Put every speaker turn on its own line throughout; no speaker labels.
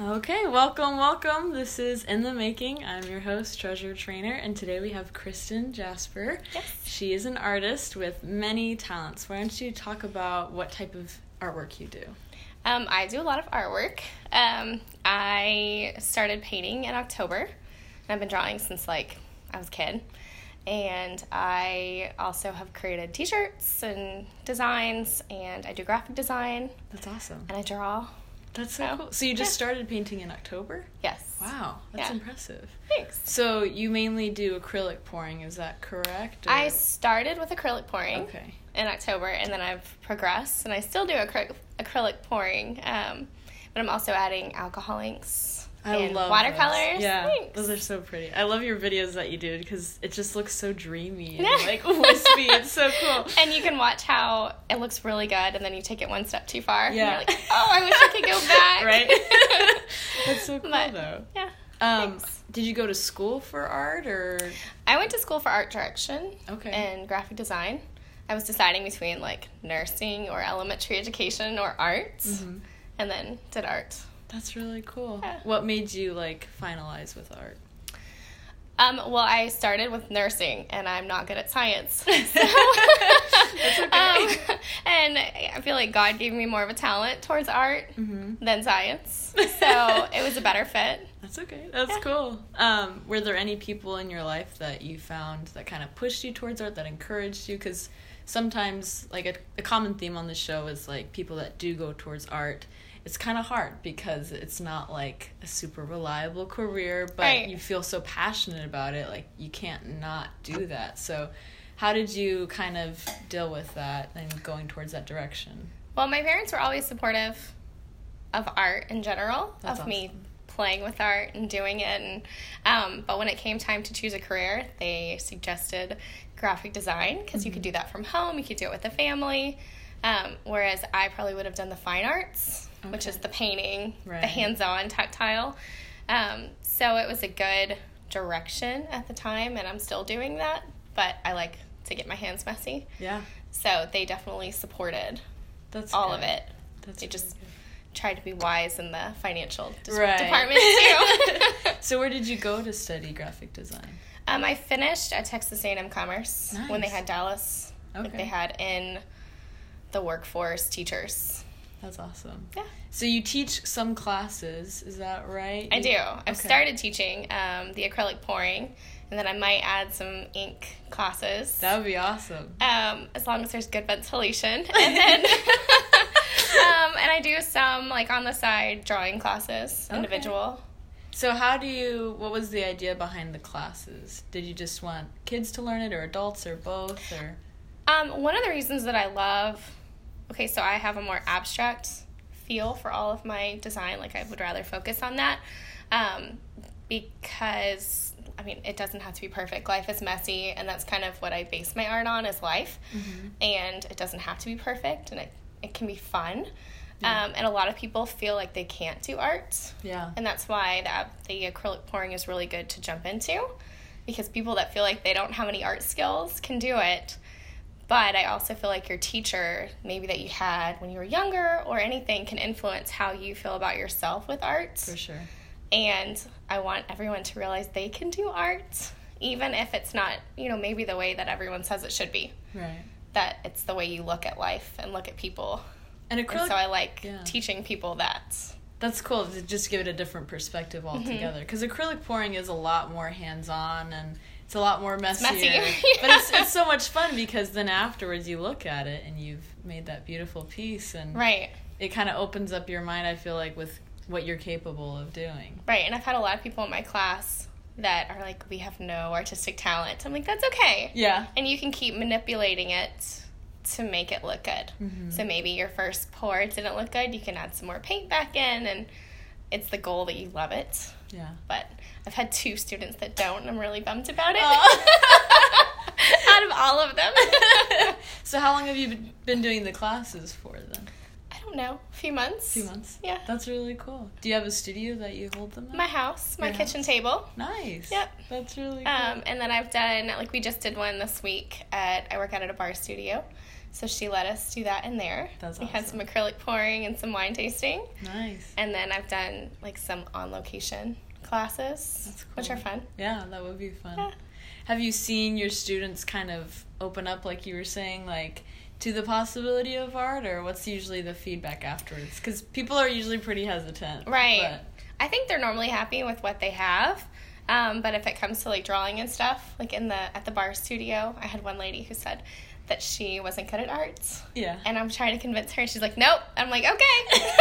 Okay, welcome, welcome. This is In the Making. I'm your host, Treasure Trainer, and today we have Kristen Jasper.
Yes.
She is an artist with many talents. Why don't you talk about what type of artwork you do?
Um, I do a lot of artwork. Um, I started painting in October, and I've been drawing since like I was a kid. And I also have created T-shirts and designs, and I do graphic design,
That's awesome.
and I draw.
That's so
Oh,
cool. So you just
yeah.
started painting in October?
Yes.
Wow, that's
Yeah.
impressive.
Thanks.
So you mainly do acrylic pouring, is that correct?
I started with acrylic pouring
Okay.
in October, and then I've progressed, and I still do acrylic acrylic pouring. Um, but I'm also adding alcohol inks
I
and
love those.
watercolors.
Yeah,
Thanks.
those are so pretty. I love your videos that you do because it just looks so dreamy and
Yeah.
like wispy. it's so cool.
And you can watch how it looks really good, and then you take it one step too far. and
Yeah.
you're like, oh, I wish I could go back.
Right? That's so cool
But-
though.
yeah.
Um,
thanks.
did you go to school for art or
I went to school for art direction
okay?
and graphic design. I was deciding between like nursing or elementary education or arts,
Mhm.
and then did art.
That's really cool.
Yeah.
What made you like finalize with art?
Um, well, I started with nursing, and I'm not good at science. So,
That's okay.
Um, and I feel like God gave me more of a talent towards art
Mm-hmm.
than science, so it was a better fit.
That's okay. That's
Yeah.
cool. Um, were there any people in your life that you found that kind of pushed you towards art, that encouraged you? Because sometimes, like a, a common theme on the show is like people that do go towards art. It's kind of hard because it's not like a super reliable career, but
Right.
you feel so passionate about it, like you can't not do that. So, how did you kind of deal with that and going towards that direction?
Well, my parents were always supportive of art in general,
That's
of me playing with art and doing it. And um, but when it came time to choose a career, they suggested graphic design because you could
Mm-hmm.
do that from home, you could do it with the family. Um, whereas I probably would have done the fine arts, which
Okay.
is the painting,
Right.
the hands-on, tactile. Um, so it was a good direction at the time, and I'm still doing that. But I like to get my hands messy,
Yeah,
so they definitely supported
that's
all
good.
of it
That's
They
really
just-
good.
try to be wise in the financial dis-
Right.
department too.
So where did you go to study graphic design?
um, I finished at Texas A&M Commerce when they
Nice.
had Dallas. Like
Okay.
they had in the workforce teachers.
That's awesome.
Yeah,
So you teach some classes, is that right?
I
You-
do. I've
okay.
started teaching um, the acrylic pouring, and then I might add some ink classes.
That would be awesome.
um, as long as there's good ventilation, and then. Um, and I do some like on the side drawing classes,
Okay.
individual.
So how do you? What was the idea behind the classes? Did you just want kids to learn it, or adults, or both, or?
Um, one of the reasons that I love, okay, so I have a more abstract feel for all of my design. Like I would rather focus on that, um, because I mean it doesn't have to be perfect. Life is messy, and that's kind of what I base my art on is life, and it doesn't have to be perfect, and it it can be fun.
Yeah.
Um, and a lot of people feel like they can't do art
Yeah.
and that's why that the acrylic pouring is really good to jump into because people that feel like they don't have any art skills can do it but i also feel like your teacher maybe that you had when you were younger or anything can influence how you feel about yourself with art
For sure.
and i want everyone to realize they can do art even if it's not you know maybe the way that everyone says it should be
Right.
that it's the way you look at life and look at people
And
and
acrylic.
so i like
yeah.
teaching people that
That's cool to just give it a different perspective altogether. Because acrylic pouring is a lot more hands on and it's a lot more messier.
messy.
but it's, it's so much fun because then afterwards you look at it and you've made that beautiful piece and
right
it kind of opens up your mind, I feel like, with what you're capable of doing.
Right, and I've had a lot of people in my class that are like, we have no artistic talent. I'm like, that's okay.
Yeah.
And you can keep manipulating it to make it look good. So maybe your first pour didn't look good. You can add some more paint back in, and it's the goal that you love it.
Yeah.
But I've had two students that don't, and I'm really bummed about it. Oh.
Aw.
Out of all of them, I
So, how long have you been- been doing the classes for then?
don't know, a few months.
Two months?
Yeah.
That's really cool. Do you have a studio that you hold them at?
My house, my
Your
kitchen table.
nice.
Yep. Uh,
That's really cool.
Um, and then I've done like we just did one this week at I work out at a bar studio, So she let us do that in there.
That's
We had some
awesome.
acrylic pouring and some wine tasting.
Nice.
And then I've done like some on location classes,
That's cool.
which are fun.
Yeah, that would be fun.
Yeah.
Have you seen your students kind of open up, like you were saying, like to the possibility of art, or what's usually the feedback afterwards? Because people are usually pretty hesitant.
Right. I think they're normally happy with what they have. Um, but if it comes to like drawing and stuff, like in the at the bar studio, I had one lady who said that she wasn't good at arts.
But, yeah.
And I'm trying to convince her, and she's like, "Nope." I'm like, "Okay."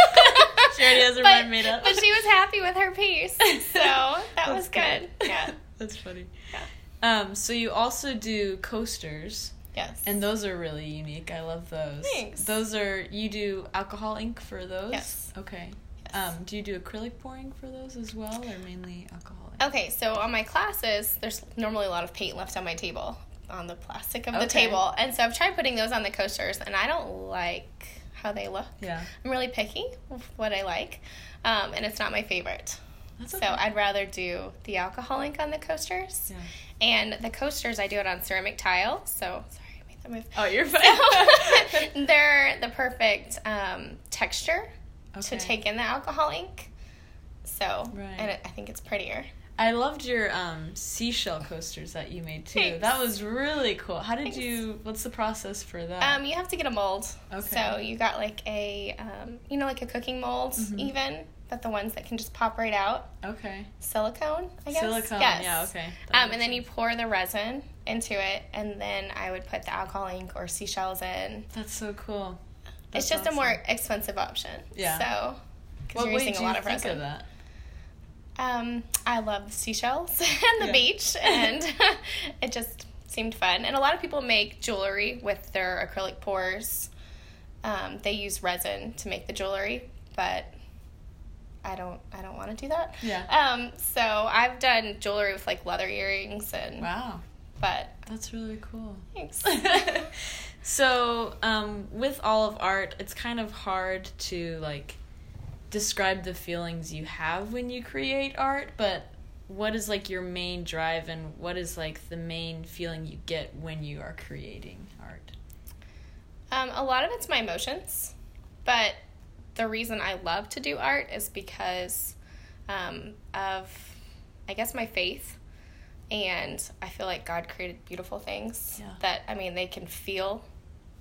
She already has her
But-
mind made up.
But she was happy with her piece, so that
That's
was good. Yeah.
That's funny.
Yeah.
Um, so you also do coasters,
Yes.
and those are really unique. I love those.
Thanks.
Those are you do alcohol ink for those.
Yes.
Okay.
Yes.
Um, do you do acrylic pouring for those as well, or mainly alcohol? Ink?
Okay, so on my classes, there's normally a lot of paint left on my table, on the plastic of the
Okay.
table. And so I've tried putting those on the coasters, and I don't like how they look.
Yeah.
I'm really picky with what I like, um, and it's not my favorite.
That's
So I'd rather do the alcohol ink on the coasters.
Yeah.
And the coasters, I do it on ceramic tile. So, sorry, I made that move.
Oh, you're fine.
So, they're the perfect um, texture
Okay.
to take in the alcohol ink. So,
Right.
and it, I think it's prettier.
I loved your um, seashell coasters that you made too.
Thanks.
That was really cool. How did
Thanks.
you? What's the process for that?
Um, you have to get a mold.
Uh, Okay.
So you got like a, um, you know, like a cooking mold,
Mhm.
even, but the ones that can just pop right out.
okay.
Silicone, I guess.
Silicone.
Yes.
Yeah. Okay. That
Um,
makes
and then you
sense.
pour the resin into it, and then I would put the alcohol ink or seashells in.
That's so cool.
it's
That's
just
awesome.
a more expensive option.
Yeah.
So, because
What
you're
made
using a
you
lot of
think
resin.
of that?
Um, I love seashells and the
Yeah.
beach, and it just seemed fun. And a lot of people make jewelry with their acrylic pours. Um, they use resin to make the jewelry, but I don't. I don't want to do that.
Yeah.
Um, so I've done jewelry with like leather earrings and,
Wow,
but
that's really cool.
thanks.
so, um, with all of art, it's kind of hard to like describe the feelings you have when you create art, but what is like your main drive and what is like the main feeling you get when you are creating art?
Um, a lot of it's my emotions, but the reason I love to do art is because um, of, I guess, my faith. And I feel like God created beautiful things
Yeah.
that, I mean, they can feel,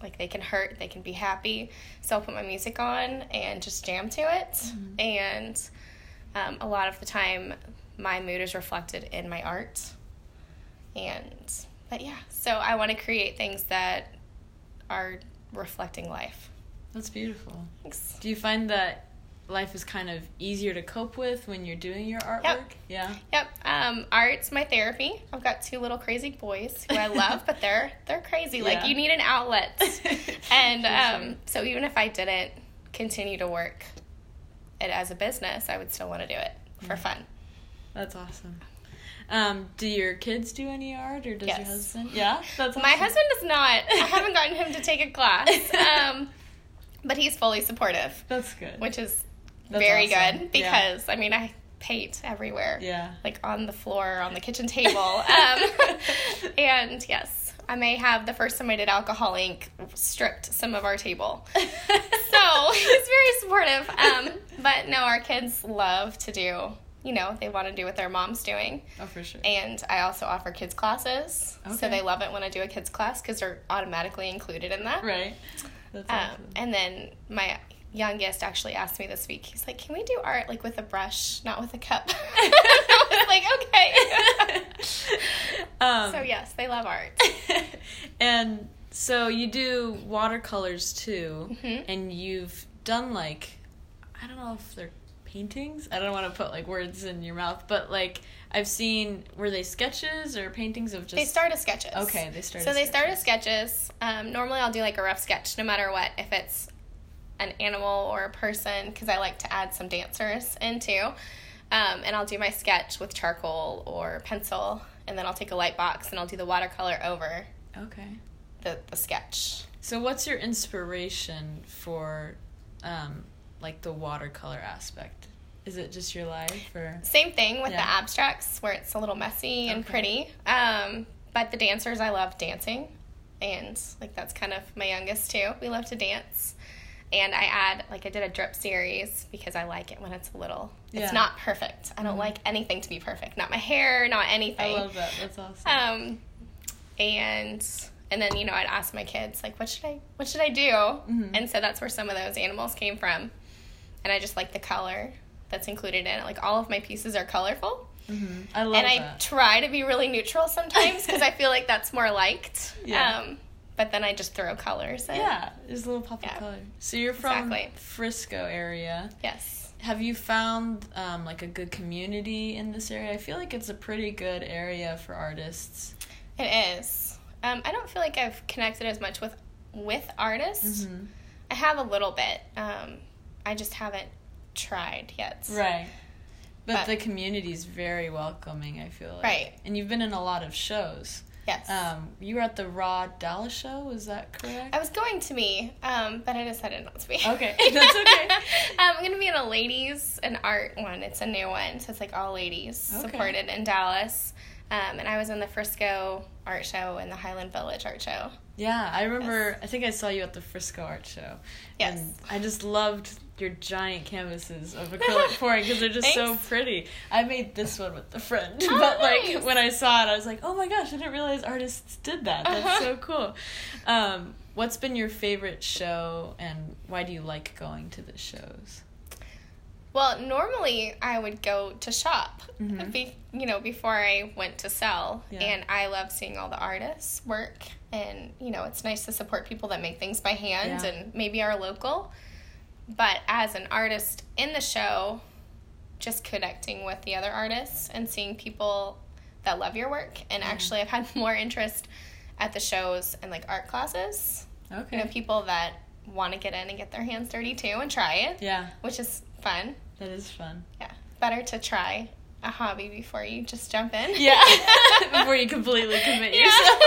like they can hurt, they can be happy. So I'll put my music on and just jam to it. And um, a lot of the time, my mood is reflected in my art. And, but yeah, so I want to create things that are reflecting life.
That's beautiful.
Thanks.
Do you find that life is kind of easier to cope with when you're doing your artwork? Yeah.
Yep. Um, art's my therapy. I've got two little crazy boys who I love, but they're they're crazy.
Yeah.
Like you need an outlet. and
For sure.
um, so even if I didn't continue to work it as a business, I would still want to do it for
Mm.
fun.
That's awesome. Um, do your kids do any art, or does your
Yes.
husband? Yeah, that's
My
awesome.
husband does not. I haven't gotten him to take a class, um, but he's fully supportive,
That's good.
which is
That's
very
awesome.
good
Yeah.
because I mean I paint everywhere.
yeah,
like on the floor on the kitchen table. Um, and yes, I may have the first time I did alcohol ink stripped some of our table. So he's very supportive. Um, but no, our kids love to do. You know, they want to do what their mom's doing.
oh for sure.
And I also offer kids classes.
Okay.
So they love it when I do a kids class because they're automatically included in that.
right. That's
Um,
awesome.
and then my youngest actually asked me this week. He's like, "Can we do art like with a brush, not with a cup?" I was like, "Okay."
Um,
so yes, they love art.
and so you do watercolors too,
Mhm.
and you've done like I don't know if they're paintings. I don't want to put like words in your mouth, but like I've seen were they sketches or paintings of just
They start as sketches.
Okay, they start
So
as
they start as sketches. Um, normally, I'll do like a rough sketch, no matter what, if it's an animal or a person, because I like to add some dancers into. Um, and I'll do my sketch with charcoal or pencil, and then I'll take a light box and I'll do the watercolor over
okay.
the, the sketch.
So, what's your inspiration for, um, like the watercolor aspect? Is it just your life, or
Same thing with
Yeah.
the abstracts where it's a little messy and
Okay.
pretty. Um, but the dancers, I love dancing. and like that's kind of my youngest too. We love to dance. And I add like I did a drip series because I like it when it's a little.
Yeah. Mm-hmm.
It's not perfect. I don't like anything to be perfect. Not my hair, not
I
anything.
love that. That's awesome.
Um, and and then you know I'd ask my kids like, what should I what should I do?
Mm-hmm.
And so that's where some of those animals came from, and I just like the color that's included in it. Like all of my pieces are colorful,
Mm-hmm. I love
and I
that.
try to be really neutral sometimes because I feel like that's more liked.
Yeah.
Um, but then I just throw colors in.
yeah, there's a little pop of
Yeah.
color. So you're from
Exactly.
Frisco area.
Yes.
Have you found um, like a good community in this area? I feel like it's a pretty good area for artists.
It is. Um, I don't feel like I've connected as much with with artists.
Mm-hmm.
I have a little bit. Um, I just haven't tried yet.
Right. But,
But-
the community's very welcoming, I feel like.
Right.
And you've been in a lot of shows.
Yes.
Um, you were at the Raw Dallas show, is that correct?
I was going to be, um, but I decided not to be.
Okay, that's okay.
um, I'm going to be in a ladies and art one. It's a new one, so it's like all ladies
Okay.
supported in Dallas. Um, and I was in the Frisco art show and the Highland Village art show.
Yeah, I remember.
Yes.
I think I saw you at the Frisco Art Show.
Yes.
And I just loved your giant canvases of acrylic pouring because they're just so
Thanks.
pretty. I made this one with a friend,
Oh,
but like
nice.
when I saw it, I was like, "Oh my gosh! I didn't realize artists did that. That's
Uh-huh.
so cool." Um, what's been your favorite show, and why do you like going to the shows?
Well, normally I would go to shop,
Mhm.
be, you know, before I went to sell.
Yeah.
And I love seeing all the artists work. And, you know, it's nice to support people that make things by hand
Yeah.
and maybe are local. But as an artist in the show, just connecting with the other artists and seeing people that love your work. And
Mm-hmm.
actually, I've had more interest at the shows and like art classes. You know,
Okay.
people that want to get in and get their hands dirty too and try it,
Yeah,
which is fun.
that is fun.
Yeah, better to try a hobby before you just jump in.
Yeah, before you completely commit
Yeah.
yourself.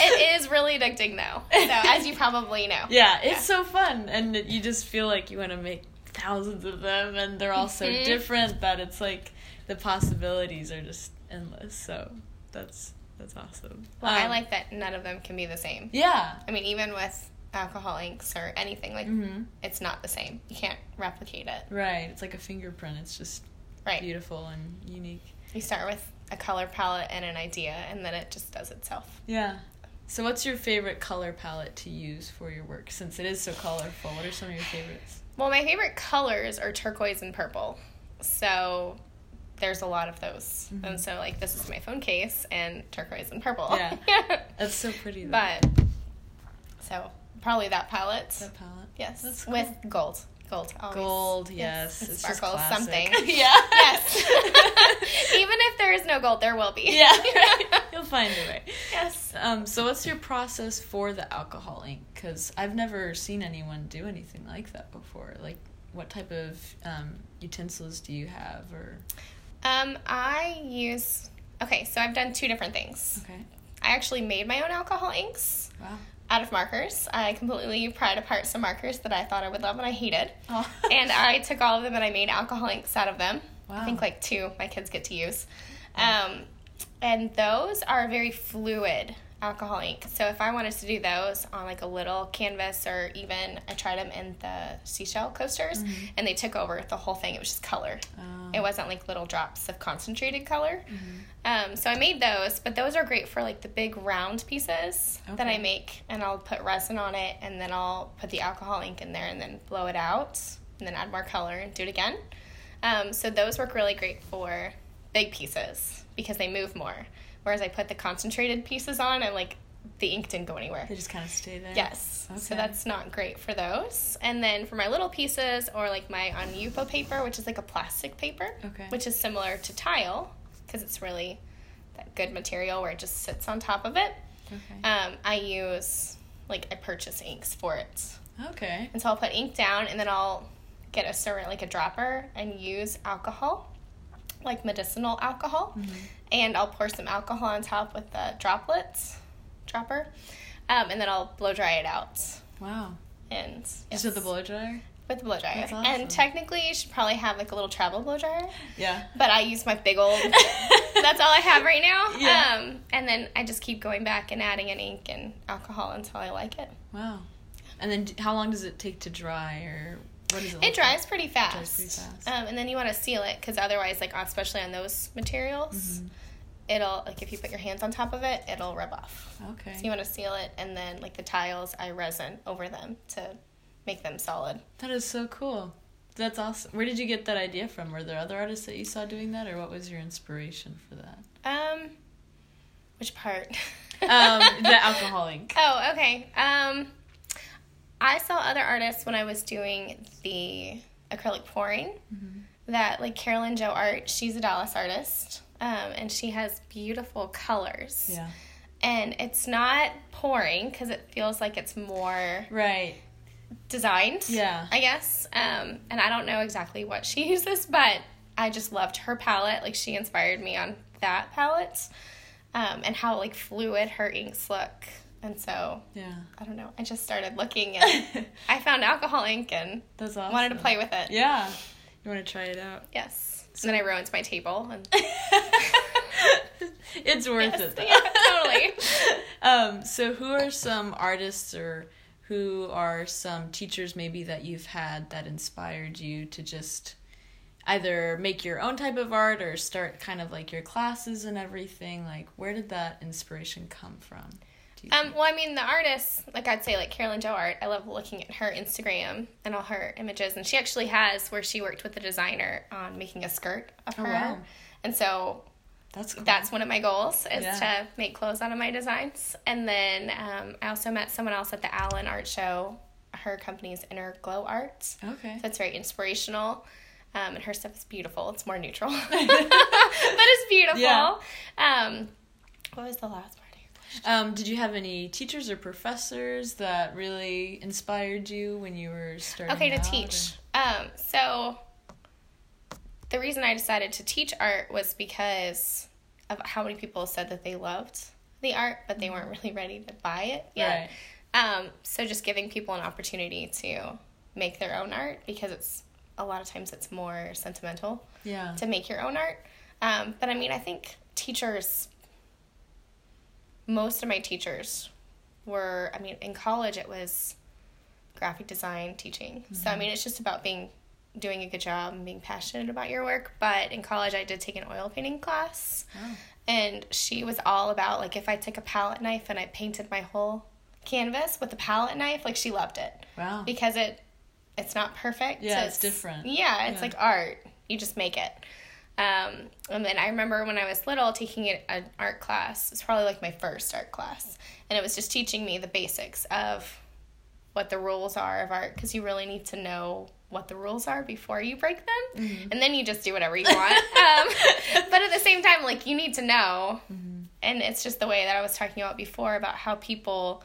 it is really addicting though. So as you probably know.
Yeah, it's so fun, and it- you just feel like you want to make thousands of them, and they're all so
Mhm.
different that it's like the possibilities are just endless. So that's that's awesome.
Well, I
Um,
like that none of them can be the same.
Yeah.
I mean, even with alcohol inks or anything like
hmm
it's not the same. You can't replicate it.
Right. It's like a fingerprint. It's just
Right.
beautiful and unique.
You start with a color palette and an idea and then it just does itself.
Yeah. So, what's your favorite color palette to use for your work? Since it is so colorful, what are some of your favorites?
Well, my favorite colors are turquoise and purple. So there's a lot of those.
Mm-hmm.
And so like this is my phone case and turquoise and purple.
Yeah. That's so pretty. Though.
But so probably that palette.
that palette.
yes,
that's
with gold. Gold. Always.
Gold. Yes. It's just
Sparkle
classic.
something.
yeah.
Yes. Even if there is no gold, there will be.
yeah, right. you'll find your way.
yes.
Um, so what's your process for the alcohol ink? Because I've never seen anyone do anything like that before. Like, what type of um, utensils do you have? Or
Um, I use. Okay, so I've done two different things.
okay,
I actually made my own alcohol inks
wow,
out of markers. I completely pried apart some markers that I thought I would love and I hated.
oh.
and I took all of them and I made alcohol inks out of them.
Wow.
I think like two my kids get to use. Um, and those are very fluid alcohol ink. So if I wanted to do those on like a little canvas or even I tried them in the seashell coasters and they took over the whole thing. It was just color.
Oh.
It wasn't like little drops of concentrated color. Um, so I made those, but those are great for like the big round pieces that I
Okay.
make, and I'll put resin on it, and then I'll put the alcohol ink in there, and then blow it out, and then add more color and do it again. Um, so those work really great for big pieces because they move more. Whereas I put the concentrated pieces on, and like the ink didn't go anywhere.
they just kind of stay there.
Yes. So
Okay.
that's not great for those. And then for my little pieces or like my on Yupo paper, which is like a plastic paper,
Okay.
which is similar to tile because it's really that good material where it just sits on top of it.
Okay.
Um, I use like I purchase inks for it.
okay.
And so I'll put ink down and then I'll get a certain like a dropper and use alcohol, like medicinal alcohol.
Mm-hmm.
And I'll pour some alcohol on top with the droplets, dropper. Um, and then I'll blow dry it out.
Wow.
And
Just with the blow dryer.
with the blow dryer.
That's awesome.
And technically, you should probably have like a little travel blow dryer.
Yeah.
But I use my big old. that's all I have right now.
Yeah.
Um, and then I just keep going back and adding in ink and alcohol until I like it.
Wow. And then d- how long does it take to dry or what is it?
It
look
dries pretty fast.
pretty fast.
Um, and then you want to seal it because otherwise, like especially on those materials,
Mm-hmm.
it'll like if you put your hands on top of it, it'll rub off.
like? Okay.
So you want to seal it, and then like the tiles, I resin over them to make them solid.
that is so cool. That's awesome. Where did you get that idea from? Were there other artists that you saw doing that or what was your inspiration for that?
Um, which part?
Um, the alcohol ink.
Oh, okay. Um, I saw other artists when I was doing the acrylic pouring.
Mm-hmm.
That like Carolyn Joe Art, she's a Dallas artist, um, and she has beautiful colors.
Yeah.
And it's not pouring because it feels like it's more
Right.
designed.
Yeah.
I guess. Um, and I don't know exactly what she uses, but I just loved her palette. Like she inspired me on that palette, um, and how like fluid her inks look. And so
Yeah.
I don't know. I just started looking and I found alcohol ink and
That's awesome.
wanted to play with it.
Yeah. You want to try it out?
Yes. And then I ruined my table and
it's worth
Yes,
it though.
yeah,
um, so who are some artists or who are some teachers maybe that you've had that inspired you to just either make your own type of art or start kind of like your classes and everything? Like where did that inspiration come from? Do you
Um, well, I mean, the artists, like I'd say, like Carolyn Joe Art, I love looking at her Instagram and all her images. And she actually has where she worked with a designer on making a skirt of her.
Oh, wow.
And so
that's cool.
that's one of my goals is
Yeah.
to make clothes out of my designs. And then um, I also met someone else at the Allen Art Show. Her company's Inner Glow Arts.
okay.
That's very inspirational. Um, and her stuff is beautiful. It's more neutral, but it's beautiful.
Yeah.
Um, what was the last part of your question?
Um, did you have any teachers or professors that really inspired you when you were starting?
okay to
out or-
teach um so the reason i decided to teach art was because of how many people said that they loved the art but they weren't really ready to buy it yet um so just giving people an opportunity to make their own art because it's a lot of times it's more sentimental
Yeah.
to make your own art. Um, but I mean, I think teachers, most of my teachers were, I mean, in college it was graphic design teaching. So, I mean, it's just about being, doing a good job and being passionate about your work. But in college, I did take an oil painting class.
Oh.
And she was all about, like, if I took a palette knife and I painted my whole canvas with a palette knife, like, she loved it
Wow.
because it it's not perfect.
Yeah, it's different.
Yeah, it's
Yeah.
like art. You just make it. Um, and then I remember when I was little taking an, an art class. It's probably like my first art class, and it was just teaching me the basics of what the rules are of art because you really need to know what the rules are before you break them
Mm-hmm.
and then you just do whatever you want um, but at the same time like you need to know
Mm-hmm.
and it's just the way that i was talking about before about how people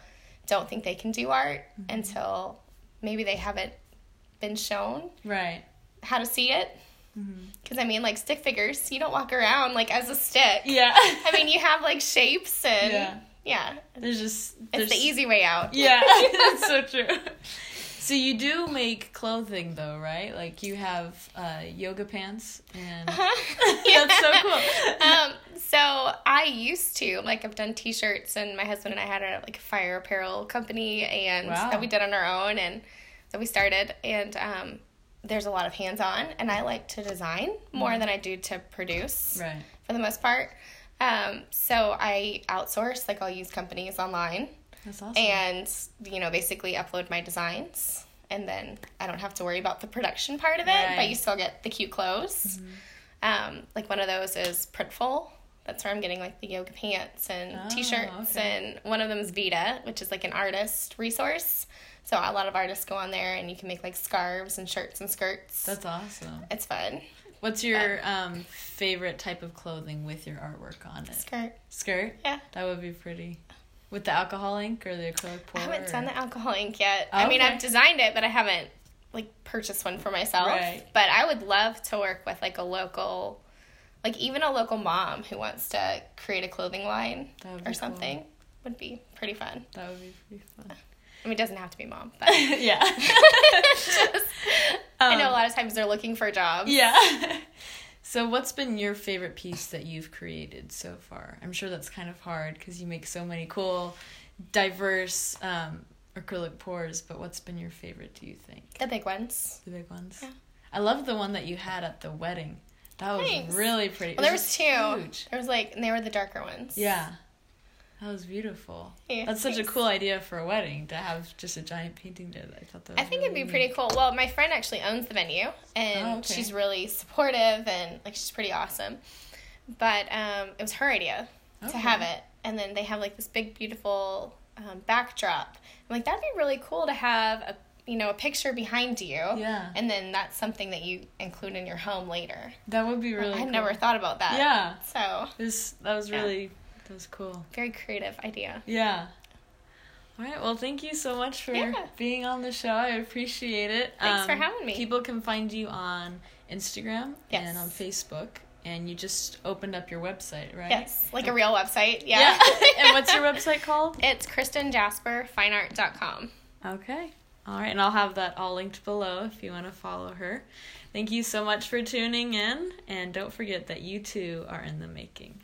don't think they can do art
Mm-hmm.
until maybe they haven't been shown
Right.
how to see it
Mm-hmm.
because i mean like stick figures you don't walk around like as a stick
Yeah.
i mean you have like shapes and
Yeah.
yeah,
There's just
it's
there's
the easy way out
Yeah, that's so true. So you do make clothing though, right? Like you have uh, yoga pants and that's so cool.
um, so I used to like I've done T-shirts, and my husband and I had a like a fire apparel company, and
Wow.
that we did on our own, and that we started, and um, there's a lot of hands-on, and I like to design more
Mm-hmm.
than I do to produce
Right.
for the most part. Um, so I outsource, like I'll use companies online,
That's awesome.
and you know basically upload my designs. And then I don't have to worry about the production part of it, but
Right. Mm-hmm.
you still get the cute clothes. Um, like one of those is Printful. That's where I'm getting like the yoga pants and
Oh,
t-shirts,
okay.
and one of them is Vita, which is like an artist resource. So a lot of artists go on there, and you can make like scarves and shirts and skirts.
that's awesome.
it's fun.
What's your um, favorite type of clothing with your artwork on it?
Skirt.
Skirt?
Yeah.
That would be pretty. With the alcohol ink or the acrylic
I
pour?
haven't
or-
done the alcohol ink yet. I mean,
Okay.
I've designed it, but I haven't like purchased one for myself.
Right.
But I would love to work with like a local, like even a local mom who wants to create a clothing line
That would be
or
cool.
something would be pretty fun.
That would be pretty fun.
I mean, it doesn't have to be mom, but
yeah.
Just- I know a
Um,
lot of times they're looking for jobs.
Yeah. So, what's been your favorite piece that you've created so far? I'm sure that's kind of hard because you make so many cool, diverse um, acrylic pours, but what's been your favorite, do you think?
The big ones.
The big ones?
Yeah.
I love the one that you had at the wedding. That was
Thanks.
really pretty.
Well, there
It
was two.
huge.
There was like, and they were the darker ones.
Yeah. That was beautiful.
Yeah,
That's such a
thanks.
cool idea for a wedding to have just a giant painting there. I thought that was
I think it'd be
really
pretty cool. Well, my friend actually owns the venue, and
Oh, okay.
she's really supportive and like she's pretty awesome. But um, it was her idea to
Okay.
have it, and then they have like this big beautiful um, backdrop. I'm like, that'd be really cool to have a you know a picture behind you,
Yeah.
and then that's something that you include in your home later.
That would be really
I had
cool.
never thought about that.
Yeah.
So
This that was
Yeah.
really that was cool.
very creative idea.
Yeah. All right. Well, thank you so much for
Yeah.
being on the show. I appreciate it. Um,
Thanks for having me.
People can find you on Instagram
Yes.
and on Facebook, and you just opened up your website, right?
Yes, like a real website.
Yeah.
Yeah.
and what's your website called?
It's KristenJasperFineArt.com.
Okay. All right, and I'll have that all linked below if you want to follow her. Thank you so much for tuning in, and don't forget that you too are in the making.